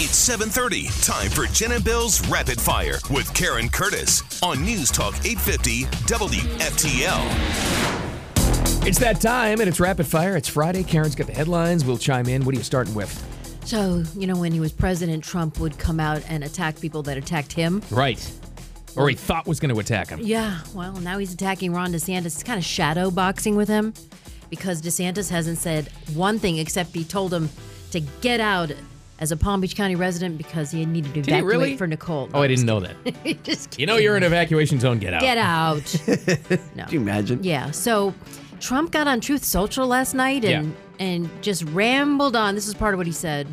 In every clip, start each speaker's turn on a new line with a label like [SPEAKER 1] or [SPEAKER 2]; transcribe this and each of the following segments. [SPEAKER 1] It's 7:30. Time for Jen and Bill's Rapid Fire with Karen Curtis on News Talk 850 WFTL.
[SPEAKER 2] It's that time, and it's rapid fire. It's Friday. Karen's got the headlines. We'll chime in. What are you starting with?
[SPEAKER 3] So, you know, when he was president, Trump would come out and attack people that attacked him.
[SPEAKER 2] Right. Or he thought was going to attack him.
[SPEAKER 3] Yeah, well, now he's attacking Ron DeSantis. It's kind of shadow boxing with him because DeSantis hasn't said one thing except he told him to get out as a Palm Beach County resident because he needed to
[SPEAKER 2] he
[SPEAKER 3] evacuate
[SPEAKER 2] really?
[SPEAKER 3] for Nicole.
[SPEAKER 2] Oh, I didn't know that.
[SPEAKER 3] Just
[SPEAKER 2] You know you're in evacuation zone. Get out.
[SPEAKER 3] get out.
[SPEAKER 4] Could you imagine?
[SPEAKER 3] Yeah. So Trump got on Truth Social last night and and just rambled on. This is part of what he said.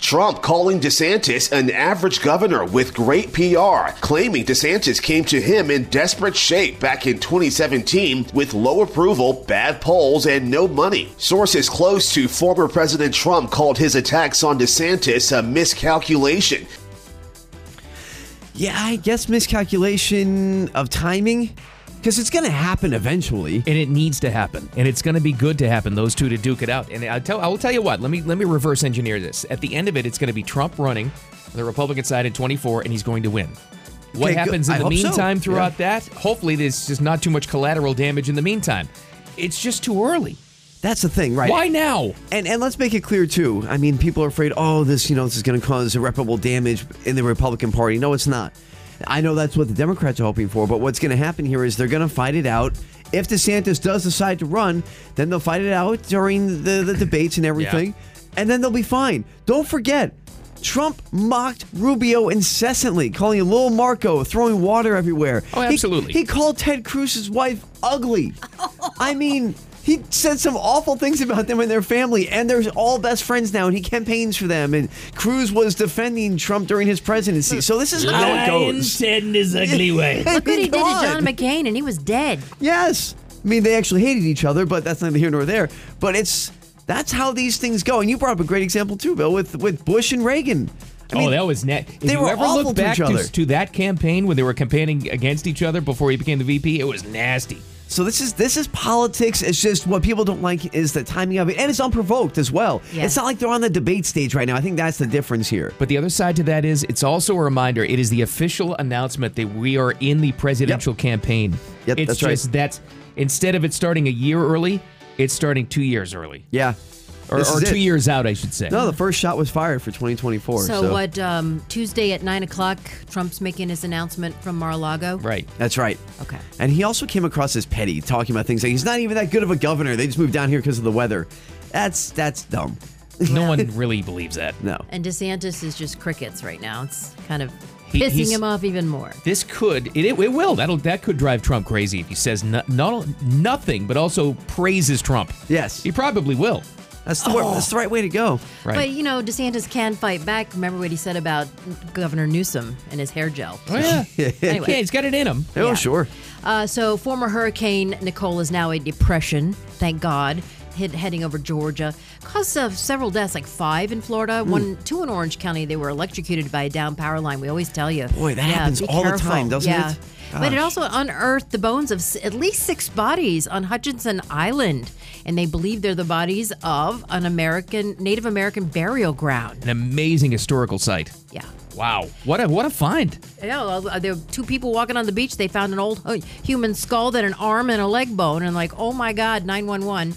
[SPEAKER 5] Trump calling DeSantis an average governor with great PR, claiming DeSantis came to him in desperate shape back in 2017 with low approval, bad polls, and no money. Sources close to former President Trump called his attacks on DeSantis a miscalculation.
[SPEAKER 4] Yeah, I guess miscalculation of timing, because it's going to happen eventually.
[SPEAKER 2] and it needs to happen and it's going to be good to happen those two to duke it out and i tell i will tell you what let me let me reverse engineer this at the end of it it's going to be trump running on the republican side at 24 and he's going to win what
[SPEAKER 4] Okay, good.
[SPEAKER 2] happens in
[SPEAKER 4] I
[SPEAKER 2] the
[SPEAKER 4] hope so.
[SPEAKER 2] meantime
[SPEAKER 4] Yeah.
[SPEAKER 2] throughout that hopefully there's just not too much collateral damage in the meantime it's just too early
[SPEAKER 4] That's the thing, right?
[SPEAKER 2] why now
[SPEAKER 4] And and let's make it clear too. I mean, people are afraid. Oh, this you know this is going to cause irreparable damage in the Republican Party. No, it's not. I know that's what the Democrats are hoping for, but what's going to happen here is they're going to fight it out. If DeSantis does decide to run, then they'll fight it out during the, the debates and everything, and then they'll be fine. Don't forget, Trump mocked Rubio incessantly, calling him Lil Marco, throwing water everywhere.
[SPEAKER 2] Oh,
[SPEAKER 4] He-
[SPEAKER 2] absolutely.
[SPEAKER 4] he called Ted Cruz's wife ugly. I mean, he said some awful things about them and their family, and they're all best friends now, and he campaigns for them. And Cruz was defending Trump during his presidency, so this is how it goes.
[SPEAKER 2] in his ugly way
[SPEAKER 4] I
[SPEAKER 3] Look what
[SPEAKER 4] mean,
[SPEAKER 3] he did to
[SPEAKER 4] come
[SPEAKER 3] John
[SPEAKER 4] on.
[SPEAKER 3] McCain, and he was dead.
[SPEAKER 4] Yes, I mean they actually hated each other, but that's neither here nor there. But it's that's how these things go. And you brought up a great example too, Bill, with with Bush and Reagan. I
[SPEAKER 2] oh,
[SPEAKER 4] mean,
[SPEAKER 2] that was net. If
[SPEAKER 4] they
[SPEAKER 2] you
[SPEAKER 4] were
[SPEAKER 2] ever
[SPEAKER 4] awful
[SPEAKER 2] look
[SPEAKER 4] to
[SPEAKER 2] back
[SPEAKER 4] each other.
[SPEAKER 2] to, to that campaign when they were campaigning against each other before he became the VP, it was nasty.
[SPEAKER 4] So this is this is politics. It's just what people don't like is the timing of it, and it's unprovoked as well.
[SPEAKER 3] Yeah.
[SPEAKER 4] It's not like they're on the debate stage right now. I think that's the difference here.
[SPEAKER 2] But the other side to that is it's also a reminder. It is the official announcement that we are in the presidential campaign.
[SPEAKER 4] Yep,
[SPEAKER 2] it's
[SPEAKER 4] that's right.
[SPEAKER 2] just that's instead of it starting a year early, it's starting two years early.
[SPEAKER 4] Yeah,
[SPEAKER 2] Or,
[SPEAKER 4] This
[SPEAKER 2] or
[SPEAKER 4] is
[SPEAKER 2] two
[SPEAKER 4] it.
[SPEAKER 2] years out, I should say.
[SPEAKER 4] No, the first shot was fired for 2024.
[SPEAKER 3] So, what? Um, Tuesday at nine o'clock, Trump's making his announcement from Mar-a-Lago.
[SPEAKER 2] right.
[SPEAKER 4] That's right.
[SPEAKER 3] Okay.
[SPEAKER 4] And he also came across as petty, talking about things like he's not even that good of a governor. They just moved down here because of the weather. That's that's dumb.
[SPEAKER 2] No one really believes that.
[SPEAKER 4] No.
[SPEAKER 3] And DeSantis is just crickets right now. It's kind of
[SPEAKER 2] He-
[SPEAKER 3] pissing
[SPEAKER 2] he's-
[SPEAKER 3] him off even more.
[SPEAKER 2] This could it, it, it will that'll that could drive Trump crazy if he says no, not nothing but also praises Trump.
[SPEAKER 4] Yes.
[SPEAKER 2] he probably will.
[SPEAKER 4] That's the wor- that's the right way to go.
[SPEAKER 3] But
[SPEAKER 2] Right.
[SPEAKER 3] you know, DeSantis can fight back. Remember what he said about Governor Newsom and his hair gel.
[SPEAKER 2] oh, yeah.
[SPEAKER 3] Anyway.
[SPEAKER 2] yeah, he's got it in him.
[SPEAKER 4] Oh
[SPEAKER 3] Yeah.
[SPEAKER 4] sure.
[SPEAKER 3] Uh, so, former Hurricane Nicole is now a depression, thank God, hit, heading over Georgia. Caused uh, several deaths, like five in Florida,
[SPEAKER 4] Hmm.
[SPEAKER 3] one, two in Orange County. They were electrocuted by a down power line. We always tell you.
[SPEAKER 4] Boy, that happens
[SPEAKER 3] be
[SPEAKER 4] all the
[SPEAKER 3] careful.
[SPEAKER 4] time, doesn't
[SPEAKER 3] yeah.
[SPEAKER 4] it?
[SPEAKER 3] But it
[SPEAKER 4] Gosh.
[SPEAKER 3] also unearthed the bones of s- at least six bodies on Hutchinson Island, and they believe they're the bodies of an American Native American burial ground.
[SPEAKER 2] An amazing historical site.
[SPEAKER 3] Yeah.
[SPEAKER 2] Wow, what a what a find.
[SPEAKER 3] Yeah, well, uh, there were two people walking on the beach. They found an old uh, human skull, then an arm and a leg bone, and like, oh my God, nine one one.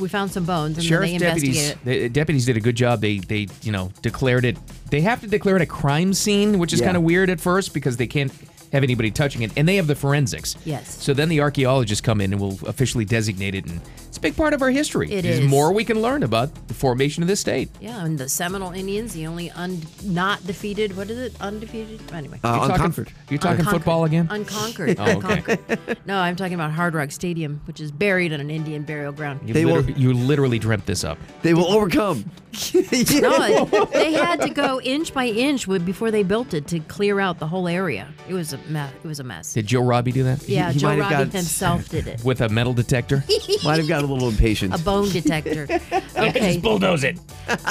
[SPEAKER 3] We found some bones, and
[SPEAKER 2] Sheriff's
[SPEAKER 3] then they investigated.
[SPEAKER 2] deputies
[SPEAKER 3] it.
[SPEAKER 2] the deputies did a good job. They they you know declared it. They have to declare it a crime scene, which is
[SPEAKER 4] Yeah.
[SPEAKER 2] kind of weird at first because they can't have anybody touching it, and they have the forensics.
[SPEAKER 3] Yes.
[SPEAKER 2] So then the archaeologists come in and will officially designate it, and it's a big part of our history.
[SPEAKER 3] It
[SPEAKER 2] There's
[SPEAKER 3] is.
[SPEAKER 2] more we can learn about the formation of this state.
[SPEAKER 3] Yeah, and the Seminole Indians, the only un- not defeated. What is it? Undefeated. Anyway.
[SPEAKER 4] Uh, on
[SPEAKER 2] talking-
[SPEAKER 4] Concord.
[SPEAKER 2] You're talking
[SPEAKER 3] Unconquered.
[SPEAKER 2] football again?
[SPEAKER 3] Unconquered.
[SPEAKER 2] Oh, okay.
[SPEAKER 3] Unconquered. No, I'm talking about Hard Rock Stadium, which is buried on an Indian burial ground.
[SPEAKER 2] you,
[SPEAKER 4] They will-
[SPEAKER 2] liter- you literally dreamt this up.
[SPEAKER 4] They will overcome.
[SPEAKER 3] No, it- they had to go inch by inch with- before they built it to clear out the whole area. It was a mess. It was a mess.
[SPEAKER 2] Did Joe Robbie do that?
[SPEAKER 3] yeah,
[SPEAKER 4] he
[SPEAKER 3] Joe
[SPEAKER 4] might have
[SPEAKER 3] Robbie
[SPEAKER 4] got-
[SPEAKER 3] himself did it.
[SPEAKER 2] With a metal detector?
[SPEAKER 4] Might have got a little impatient.
[SPEAKER 3] A bone detector. Okay.
[SPEAKER 2] bulldoze it.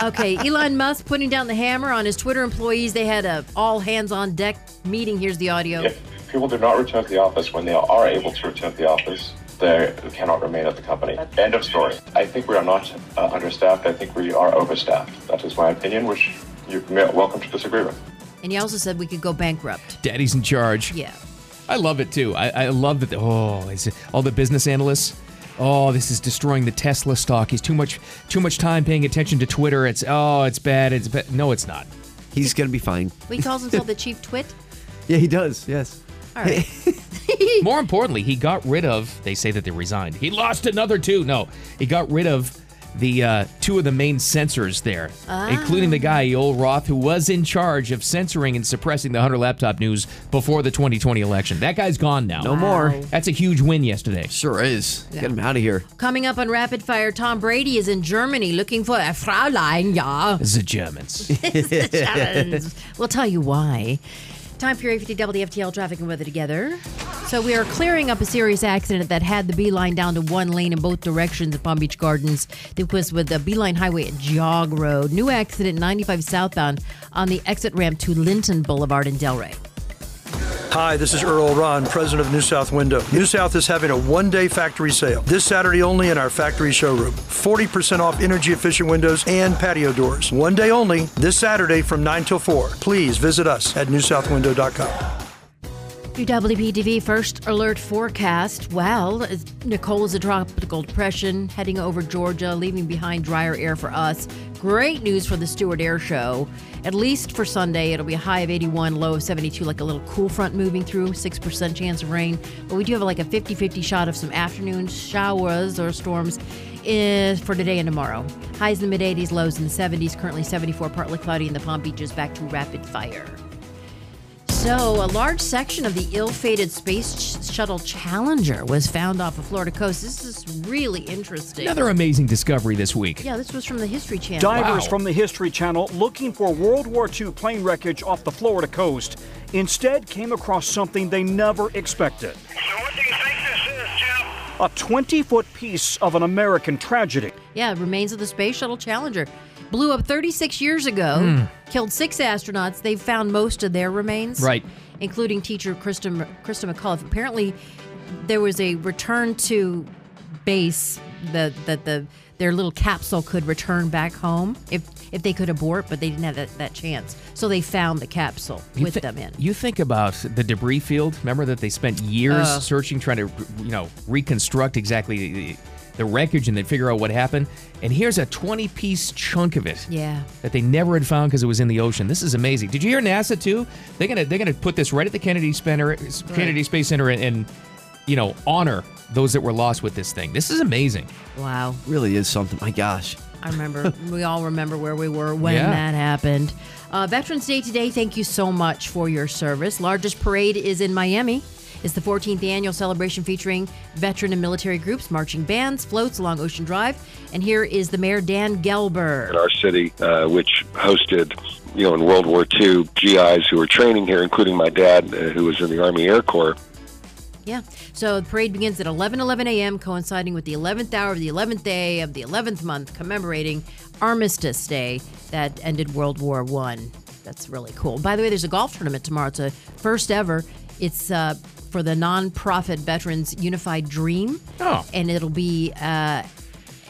[SPEAKER 3] Okay. Elon Musk putting down the hammer on his Twitter employees. They had a all hands on deck meeting. Here's the audio.
[SPEAKER 6] If people do not return to the office when they are able to return to the office, they cannot remain at the company. End of story. I think we are not uh, understaffed. I think we are overstaffed. That is my opinion, which you're welcome to disagree with.
[SPEAKER 3] And he also said we could go bankrupt.
[SPEAKER 2] Daddy's in charge.
[SPEAKER 3] Yeah.
[SPEAKER 2] I love it too. I, I love that. The, oh, is it, all the business analysts. Oh, this is destroying the Tesla stock. He's too much too much time paying attention to Twitter. It's oh, it's bad. It's bad. No, it's not.
[SPEAKER 4] He's going to be fine.
[SPEAKER 3] He calls himself the chief twit.
[SPEAKER 4] Yeah, he does. Yes.
[SPEAKER 3] All right.
[SPEAKER 2] More importantly, he got rid of. They say that they resigned. He lost another two. No, he got rid of the uh, two of the main censors there, including the guy Joel Roth, who was in charge of censoring and suppressing the Hunter laptop news before the 2020 election. That guy's gone now.
[SPEAKER 4] No more.
[SPEAKER 2] That's a huge win yesterday.
[SPEAKER 4] Sure is. Get him out of here.
[SPEAKER 3] Coming up on Rapid Fire, Tom Brady is in Germany looking for a Fraulein, ja.
[SPEAKER 2] The Germans.
[SPEAKER 3] Germans. we'll tell you why. Time for your AFT WFTL traffic and weather together. So we are clearing up a serious accident that had the beeline down to one lane in both directions at Palm Beach Gardens. This was with the beeline highway at Jog Road. New accident 95 southbound on the exit ramp to Linton Boulevard in Delray.
[SPEAKER 7] Hi, this is Earl Ron, president of New South Window. New South is having a one day factory sale this Saturday only in our factory showroom. 40% off energy efficient windows and patio doors. One day only this Saturday from 9 till 4. Please visit us at newsouthwindow.com.
[SPEAKER 3] Your WPTV E first alert forecast. Well, as Nicole's a tropical depression heading over Georgia, leaving behind drier air for us. Great news for the Stewart Air Show. At least for Sunday, it'll be a high of 81, low of 72, like a little cool front moving through, 6% chance of rain. But we do have like a 50 50 shot of some afternoon showers or storms is for today and tomorrow. Highs in the mid 80s, lows in the 70s, currently 74, partly cloudy in the Palm Beaches, back to rapid fire. So, a large section of the ill fated Space Shuttle Challenger was found off the Florida coast. This is really interesting.
[SPEAKER 2] Another amazing discovery this week.
[SPEAKER 3] yeah, this was from the History Channel.
[SPEAKER 8] Divers
[SPEAKER 2] Wow.
[SPEAKER 8] from the History Channel looking for World War II plane wreckage off the Florida coast instead came across something they never expected
[SPEAKER 9] So what do you think this is, Jim?
[SPEAKER 8] a 20 foot piece of an American tragedy.
[SPEAKER 3] Yeah, remains of the Space Shuttle Challenger. Blew up 36 years ago, killed six astronauts. They've found most of their remains.
[SPEAKER 2] Hmm. Right.
[SPEAKER 3] Including teacher Krista, Krista McAuliffe. Apparently, there was a return to base that, that the their little capsule could return back home if, if they could abort, but they didn't have that, that chance. So they found the capsule
[SPEAKER 2] You
[SPEAKER 3] with
[SPEAKER 2] thi-
[SPEAKER 3] them in.
[SPEAKER 2] You think about the debris field. Remember that they spent years searching, trying to, you know, reconstruct exactly the, the wreckage and then figure out what happened. And here's a 20 piece chunk of it.
[SPEAKER 3] Yeah.
[SPEAKER 2] That they never had found because it was in the ocean. This is amazing. Did you hear NASA too? They're gonna they're gonna put this right at the Kennedy Center, Kennedy Space Center, and, and you know honor those that were lost with this thing. This is amazing.
[SPEAKER 3] Wow.
[SPEAKER 4] Really is something. My gosh.
[SPEAKER 3] I remember. we all remember where we were when
[SPEAKER 2] Yeah.
[SPEAKER 3] that happened. Uh, Veterans Day today. Thank you so much for your service. Largest parade is in Miami. It's the 14th annual celebration featuring veteran and military groups, marching bands, floats along Ocean Drive. And here is the mayor, Dan Gelber.
[SPEAKER 10] our city, uh, which hosted, you know, in World War II, GIs who were training here, including my dad, uh, who was in the Army Air Corps.
[SPEAKER 3] Yeah. So the parade begins at 11 11 a.m., coinciding with the 11th hour of the 11th day of the 11th month, commemorating Armistice Day that ended World War One. That's really cool. By the way, there's a golf tournament tomorrow. It's a first ever. It's uh, for the nonprofit Veterans Unified Dream.
[SPEAKER 2] Oh.
[SPEAKER 3] And it'll be. Uh,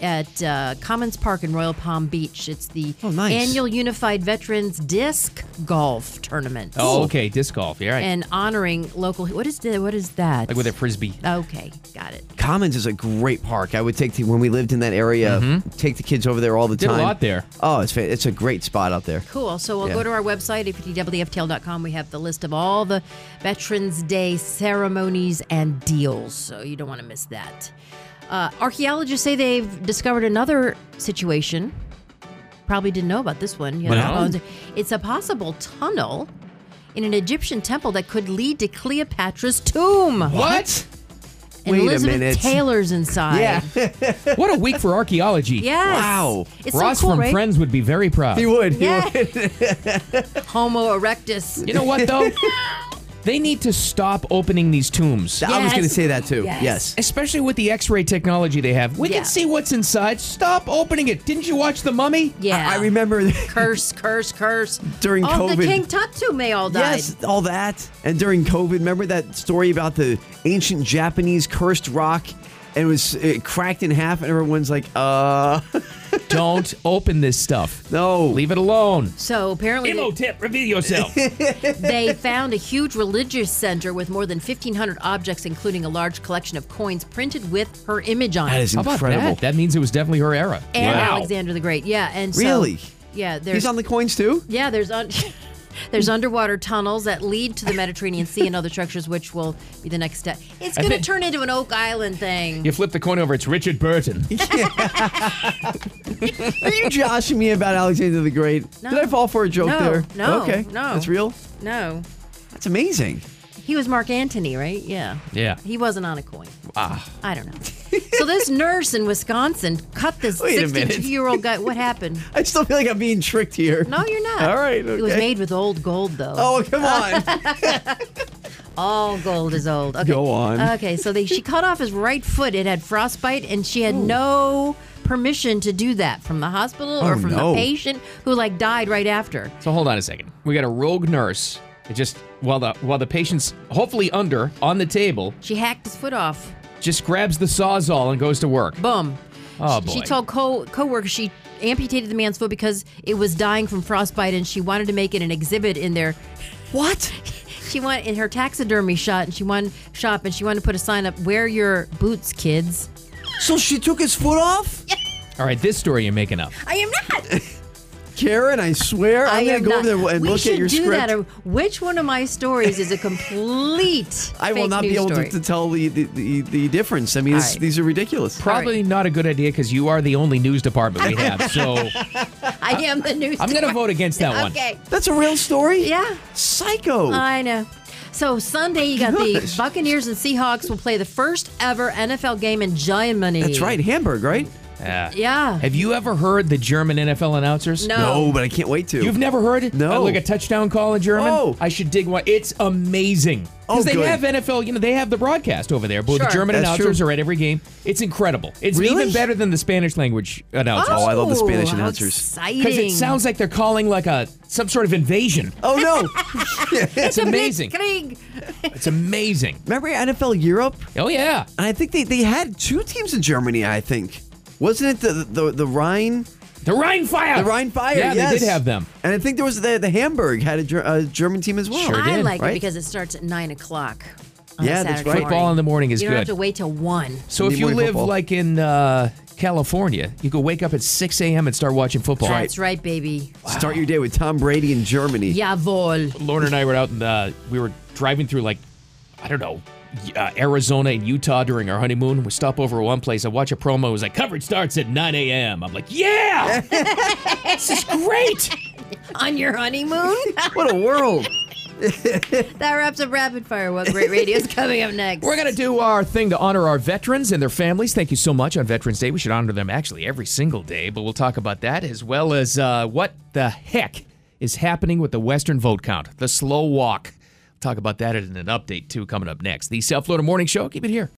[SPEAKER 3] at uh, Commons Park in Royal Palm Beach. It's the
[SPEAKER 4] Oh, nice.
[SPEAKER 3] annual Unified Veterans Disc Golf Tournament.
[SPEAKER 2] Oh, okay. Disc golf. Yeah, right.
[SPEAKER 3] And honoring local. What is the, what is that?
[SPEAKER 2] like with a frisbee.
[SPEAKER 3] Okay, got it.
[SPEAKER 4] Commons is a great park. I would take the, when we lived in that area, take the kids over there all the
[SPEAKER 2] Mm-hmm. Did a
[SPEAKER 4] time.
[SPEAKER 2] lot there.
[SPEAKER 4] Oh, it's fa- it's a great spot out there.
[SPEAKER 3] Cool. So we'll
[SPEAKER 4] Yeah.
[SPEAKER 3] go to our website, aptwftl.com. We have the list of all the Veterans Day ceremonies and deals, so you don't want to miss that. Uh, archaeologists say they've discovered another situation. Probably didn't know about this one. You
[SPEAKER 2] What
[SPEAKER 3] know.
[SPEAKER 2] happened?
[SPEAKER 3] It's a possible tunnel in an Egyptian temple that could lead to Cleopatra's tomb.
[SPEAKER 2] What?
[SPEAKER 3] And
[SPEAKER 4] Wait a
[SPEAKER 3] Elizabeth
[SPEAKER 4] minute.
[SPEAKER 3] Taylor's inside.
[SPEAKER 4] Yeah.
[SPEAKER 2] what a week for archaeology.
[SPEAKER 3] yes.
[SPEAKER 4] Wow.
[SPEAKER 3] It's
[SPEAKER 2] Ross
[SPEAKER 3] so cool,
[SPEAKER 2] from
[SPEAKER 3] right?
[SPEAKER 2] Friends would be very proud.
[SPEAKER 4] He would. He would.
[SPEAKER 3] Yeah. Homo erectus.
[SPEAKER 2] You know what though? they need to stop opening these tombs.
[SPEAKER 4] I was
[SPEAKER 3] Yes.
[SPEAKER 4] going to say that too.
[SPEAKER 3] Yes.
[SPEAKER 4] Yes.
[SPEAKER 2] Especially with the X-ray technology they have, we
[SPEAKER 3] Yeah.
[SPEAKER 2] can see what's inside. Stop opening it! Didn't you watch the Mummy?
[SPEAKER 3] Yeah.
[SPEAKER 4] I, I remember
[SPEAKER 3] curse, curse, curse.
[SPEAKER 4] During
[SPEAKER 3] oh, the
[SPEAKER 4] COVID.
[SPEAKER 3] King Tutsu may all died.
[SPEAKER 4] Yes, all that. And during COVID, remember that story about the ancient Japanese cursed rock? And it was it cracked in half, and everyone's like, uh.
[SPEAKER 2] Don't open this stuff. No. Leave it alone.
[SPEAKER 3] So apparently,
[SPEAKER 2] Imhotep, reveal yourself.
[SPEAKER 3] they found a huge religious center with more than 1,500 objects, including a large collection of coins printed with her image on it.
[SPEAKER 2] How about that? That means it was definitely her era.
[SPEAKER 3] And Alexander the Great. Yeah, and so,
[SPEAKER 2] Really?
[SPEAKER 3] yeah, there's
[SPEAKER 4] He's on the coins too.
[SPEAKER 3] yeah there's un- there's underwater tunnels that lead to the Mediterranean Sea and other structures, which will be the next step. It's
[SPEAKER 2] I
[SPEAKER 3] going to
[SPEAKER 2] think-
[SPEAKER 3] turn into an Oak Island thing.
[SPEAKER 2] You flip the coin over, it's Richard Burton.
[SPEAKER 4] Are you joshing me about Alexander the Great? Did I fall for a joke
[SPEAKER 3] No,
[SPEAKER 4] there?
[SPEAKER 3] no,
[SPEAKER 4] Okay.
[SPEAKER 3] no.
[SPEAKER 4] That's real.
[SPEAKER 3] No,
[SPEAKER 4] That's amazing.
[SPEAKER 3] he was Mark Antony, right? Yeah.
[SPEAKER 4] Yeah.
[SPEAKER 3] He wasn't on a coin.
[SPEAKER 4] Ah.
[SPEAKER 3] I don't know. so this nurse in Wisconsin cut this
[SPEAKER 4] Wait a minute.
[SPEAKER 3] 62 year old guy. What happened?
[SPEAKER 4] I still feel like I'm being tricked here.
[SPEAKER 3] No, you're not.
[SPEAKER 4] All right.
[SPEAKER 3] It was
[SPEAKER 4] okay.
[SPEAKER 3] made with old gold, though.
[SPEAKER 4] Oh, come on.
[SPEAKER 3] All gold is old. Okay.
[SPEAKER 4] Go on.
[SPEAKER 3] Okay, so they, she cut off his right foot. It had frostbite, and she had no permission to do that from the hospital or
[SPEAKER 2] Oh,
[SPEAKER 3] from
[SPEAKER 2] no.
[SPEAKER 3] the patient who like died right after.
[SPEAKER 2] So hold on a second. We got a rogue nurse. It just while the while the patient's hopefully under on the table,
[SPEAKER 3] She hacked his foot off.
[SPEAKER 2] just grabs the sawzall and goes to work.
[SPEAKER 3] Boom.
[SPEAKER 2] Oh
[SPEAKER 3] She-
[SPEAKER 2] boy.
[SPEAKER 3] She told co coworkers she amputated the man's foot because it was dying from frostbite, and she wanted to make it an exhibit in their what? She went in her taxidermy shop, and she wanted shop, and she wanted to put a sign up: "Wear your boots, kids."
[SPEAKER 4] So she took his foot off.
[SPEAKER 2] All right, this story you're making up.
[SPEAKER 3] I am not.
[SPEAKER 4] Karen, I swear, I'm
[SPEAKER 3] I
[SPEAKER 4] gonna
[SPEAKER 3] am
[SPEAKER 4] go
[SPEAKER 3] not-
[SPEAKER 4] over there and
[SPEAKER 3] we
[SPEAKER 4] look
[SPEAKER 3] should
[SPEAKER 4] at your
[SPEAKER 3] do
[SPEAKER 4] script.
[SPEAKER 3] That. Uh, Which one of my stories is a complete?
[SPEAKER 4] I will
[SPEAKER 3] fake
[SPEAKER 4] not be
[SPEAKER 3] news
[SPEAKER 4] able to,
[SPEAKER 3] story?
[SPEAKER 4] to tell the, the, the, the difference. I mean,
[SPEAKER 3] All
[SPEAKER 4] this,
[SPEAKER 3] right.
[SPEAKER 4] these are ridiculous.
[SPEAKER 2] Probably not a good idea because you are the only news department we have. So
[SPEAKER 3] I am the news.
[SPEAKER 2] I'm gonna vote against that one.
[SPEAKER 3] Okay.
[SPEAKER 4] That's a real story?
[SPEAKER 3] Yeah.
[SPEAKER 4] Psycho.
[SPEAKER 3] I know. So Sunday, you got the
[SPEAKER 4] Gosh.
[SPEAKER 3] Buccaneers and Seahawks will play the first ever NFL game in Germany.
[SPEAKER 4] That's right, Hamburg, right?
[SPEAKER 2] Yeah.
[SPEAKER 3] Yeah.
[SPEAKER 2] Have you ever heard the German NFL announcers?
[SPEAKER 3] No.
[SPEAKER 4] but I can't wait to.
[SPEAKER 2] You've never heard it?
[SPEAKER 4] No.
[SPEAKER 2] Uh, like a touchdown call in German?
[SPEAKER 4] Oh.
[SPEAKER 2] I should dig one. It's amazing. Because
[SPEAKER 4] Oh,
[SPEAKER 2] they
[SPEAKER 4] good.
[SPEAKER 2] have NFL, you know, they have the broadcast over there, but
[SPEAKER 4] Sure.
[SPEAKER 2] the German
[SPEAKER 4] That's
[SPEAKER 2] announcers
[SPEAKER 4] true.
[SPEAKER 2] are at every game. It's incredible. It's
[SPEAKER 4] Really?
[SPEAKER 2] even better than the Spanish language announcers.
[SPEAKER 4] Oh, I love the Spanish
[SPEAKER 3] how
[SPEAKER 4] announcers.
[SPEAKER 2] Because
[SPEAKER 3] Exciting.
[SPEAKER 2] it sounds like they're calling like a some sort of invasion.
[SPEAKER 4] Oh, no.
[SPEAKER 2] It's amazing.
[SPEAKER 3] Blitzkrieg.
[SPEAKER 2] It's amazing.
[SPEAKER 4] Remember NFL Europe?
[SPEAKER 2] Oh yeah.
[SPEAKER 4] And I think they, they had two teams in Germany, I think. Wasn't it the the, the Rhine?
[SPEAKER 2] The Rhine Fire.
[SPEAKER 4] The Rhine Fire,
[SPEAKER 2] Yeah, they
[SPEAKER 4] yes.
[SPEAKER 2] did have them.
[SPEAKER 4] And I think there was the, the Hamburg had a, Ger- a German team as well.
[SPEAKER 3] I like
[SPEAKER 4] right?
[SPEAKER 3] it because it starts at nine o'clock. On
[SPEAKER 4] Yeah,
[SPEAKER 3] a Saturday
[SPEAKER 4] that's right.
[SPEAKER 3] morning.
[SPEAKER 2] Football in the morning is
[SPEAKER 3] you don't have
[SPEAKER 2] good.
[SPEAKER 3] to wait till one.
[SPEAKER 2] So if
[SPEAKER 4] Sunday
[SPEAKER 2] you
[SPEAKER 4] morning
[SPEAKER 2] live
[SPEAKER 4] football.
[SPEAKER 2] like in uh, California, you could wake up at 6 a.m. and start watching football.
[SPEAKER 3] That's right, baby.
[SPEAKER 4] Start your day with Tom Brady in Germany.
[SPEAKER 3] Jawohl.
[SPEAKER 2] Lorna and I were out and uh, we were driving through like I don't know uh, Arizona and Utah during our honeymoon. We stop over at one place. I watch a promo. It was like coverage starts at 9 a.m. I'm like, yeah, this is great.
[SPEAKER 3] On your honeymoon?
[SPEAKER 4] What a world.
[SPEAKER 3] that wraps up Rapid Fire. What great radio is coming up next.
[SPEAKER 2] We're gonna do our thing to honor our veterans and their families. Thank you so much on Veterans Day. We should honor them actually every single day, but we'll talk about that as well as uh, what the heck is happening with the Western vote count, the slow walk. We'll talk about that in an update too coming up next. The South Florida Morning Show. Keep it here.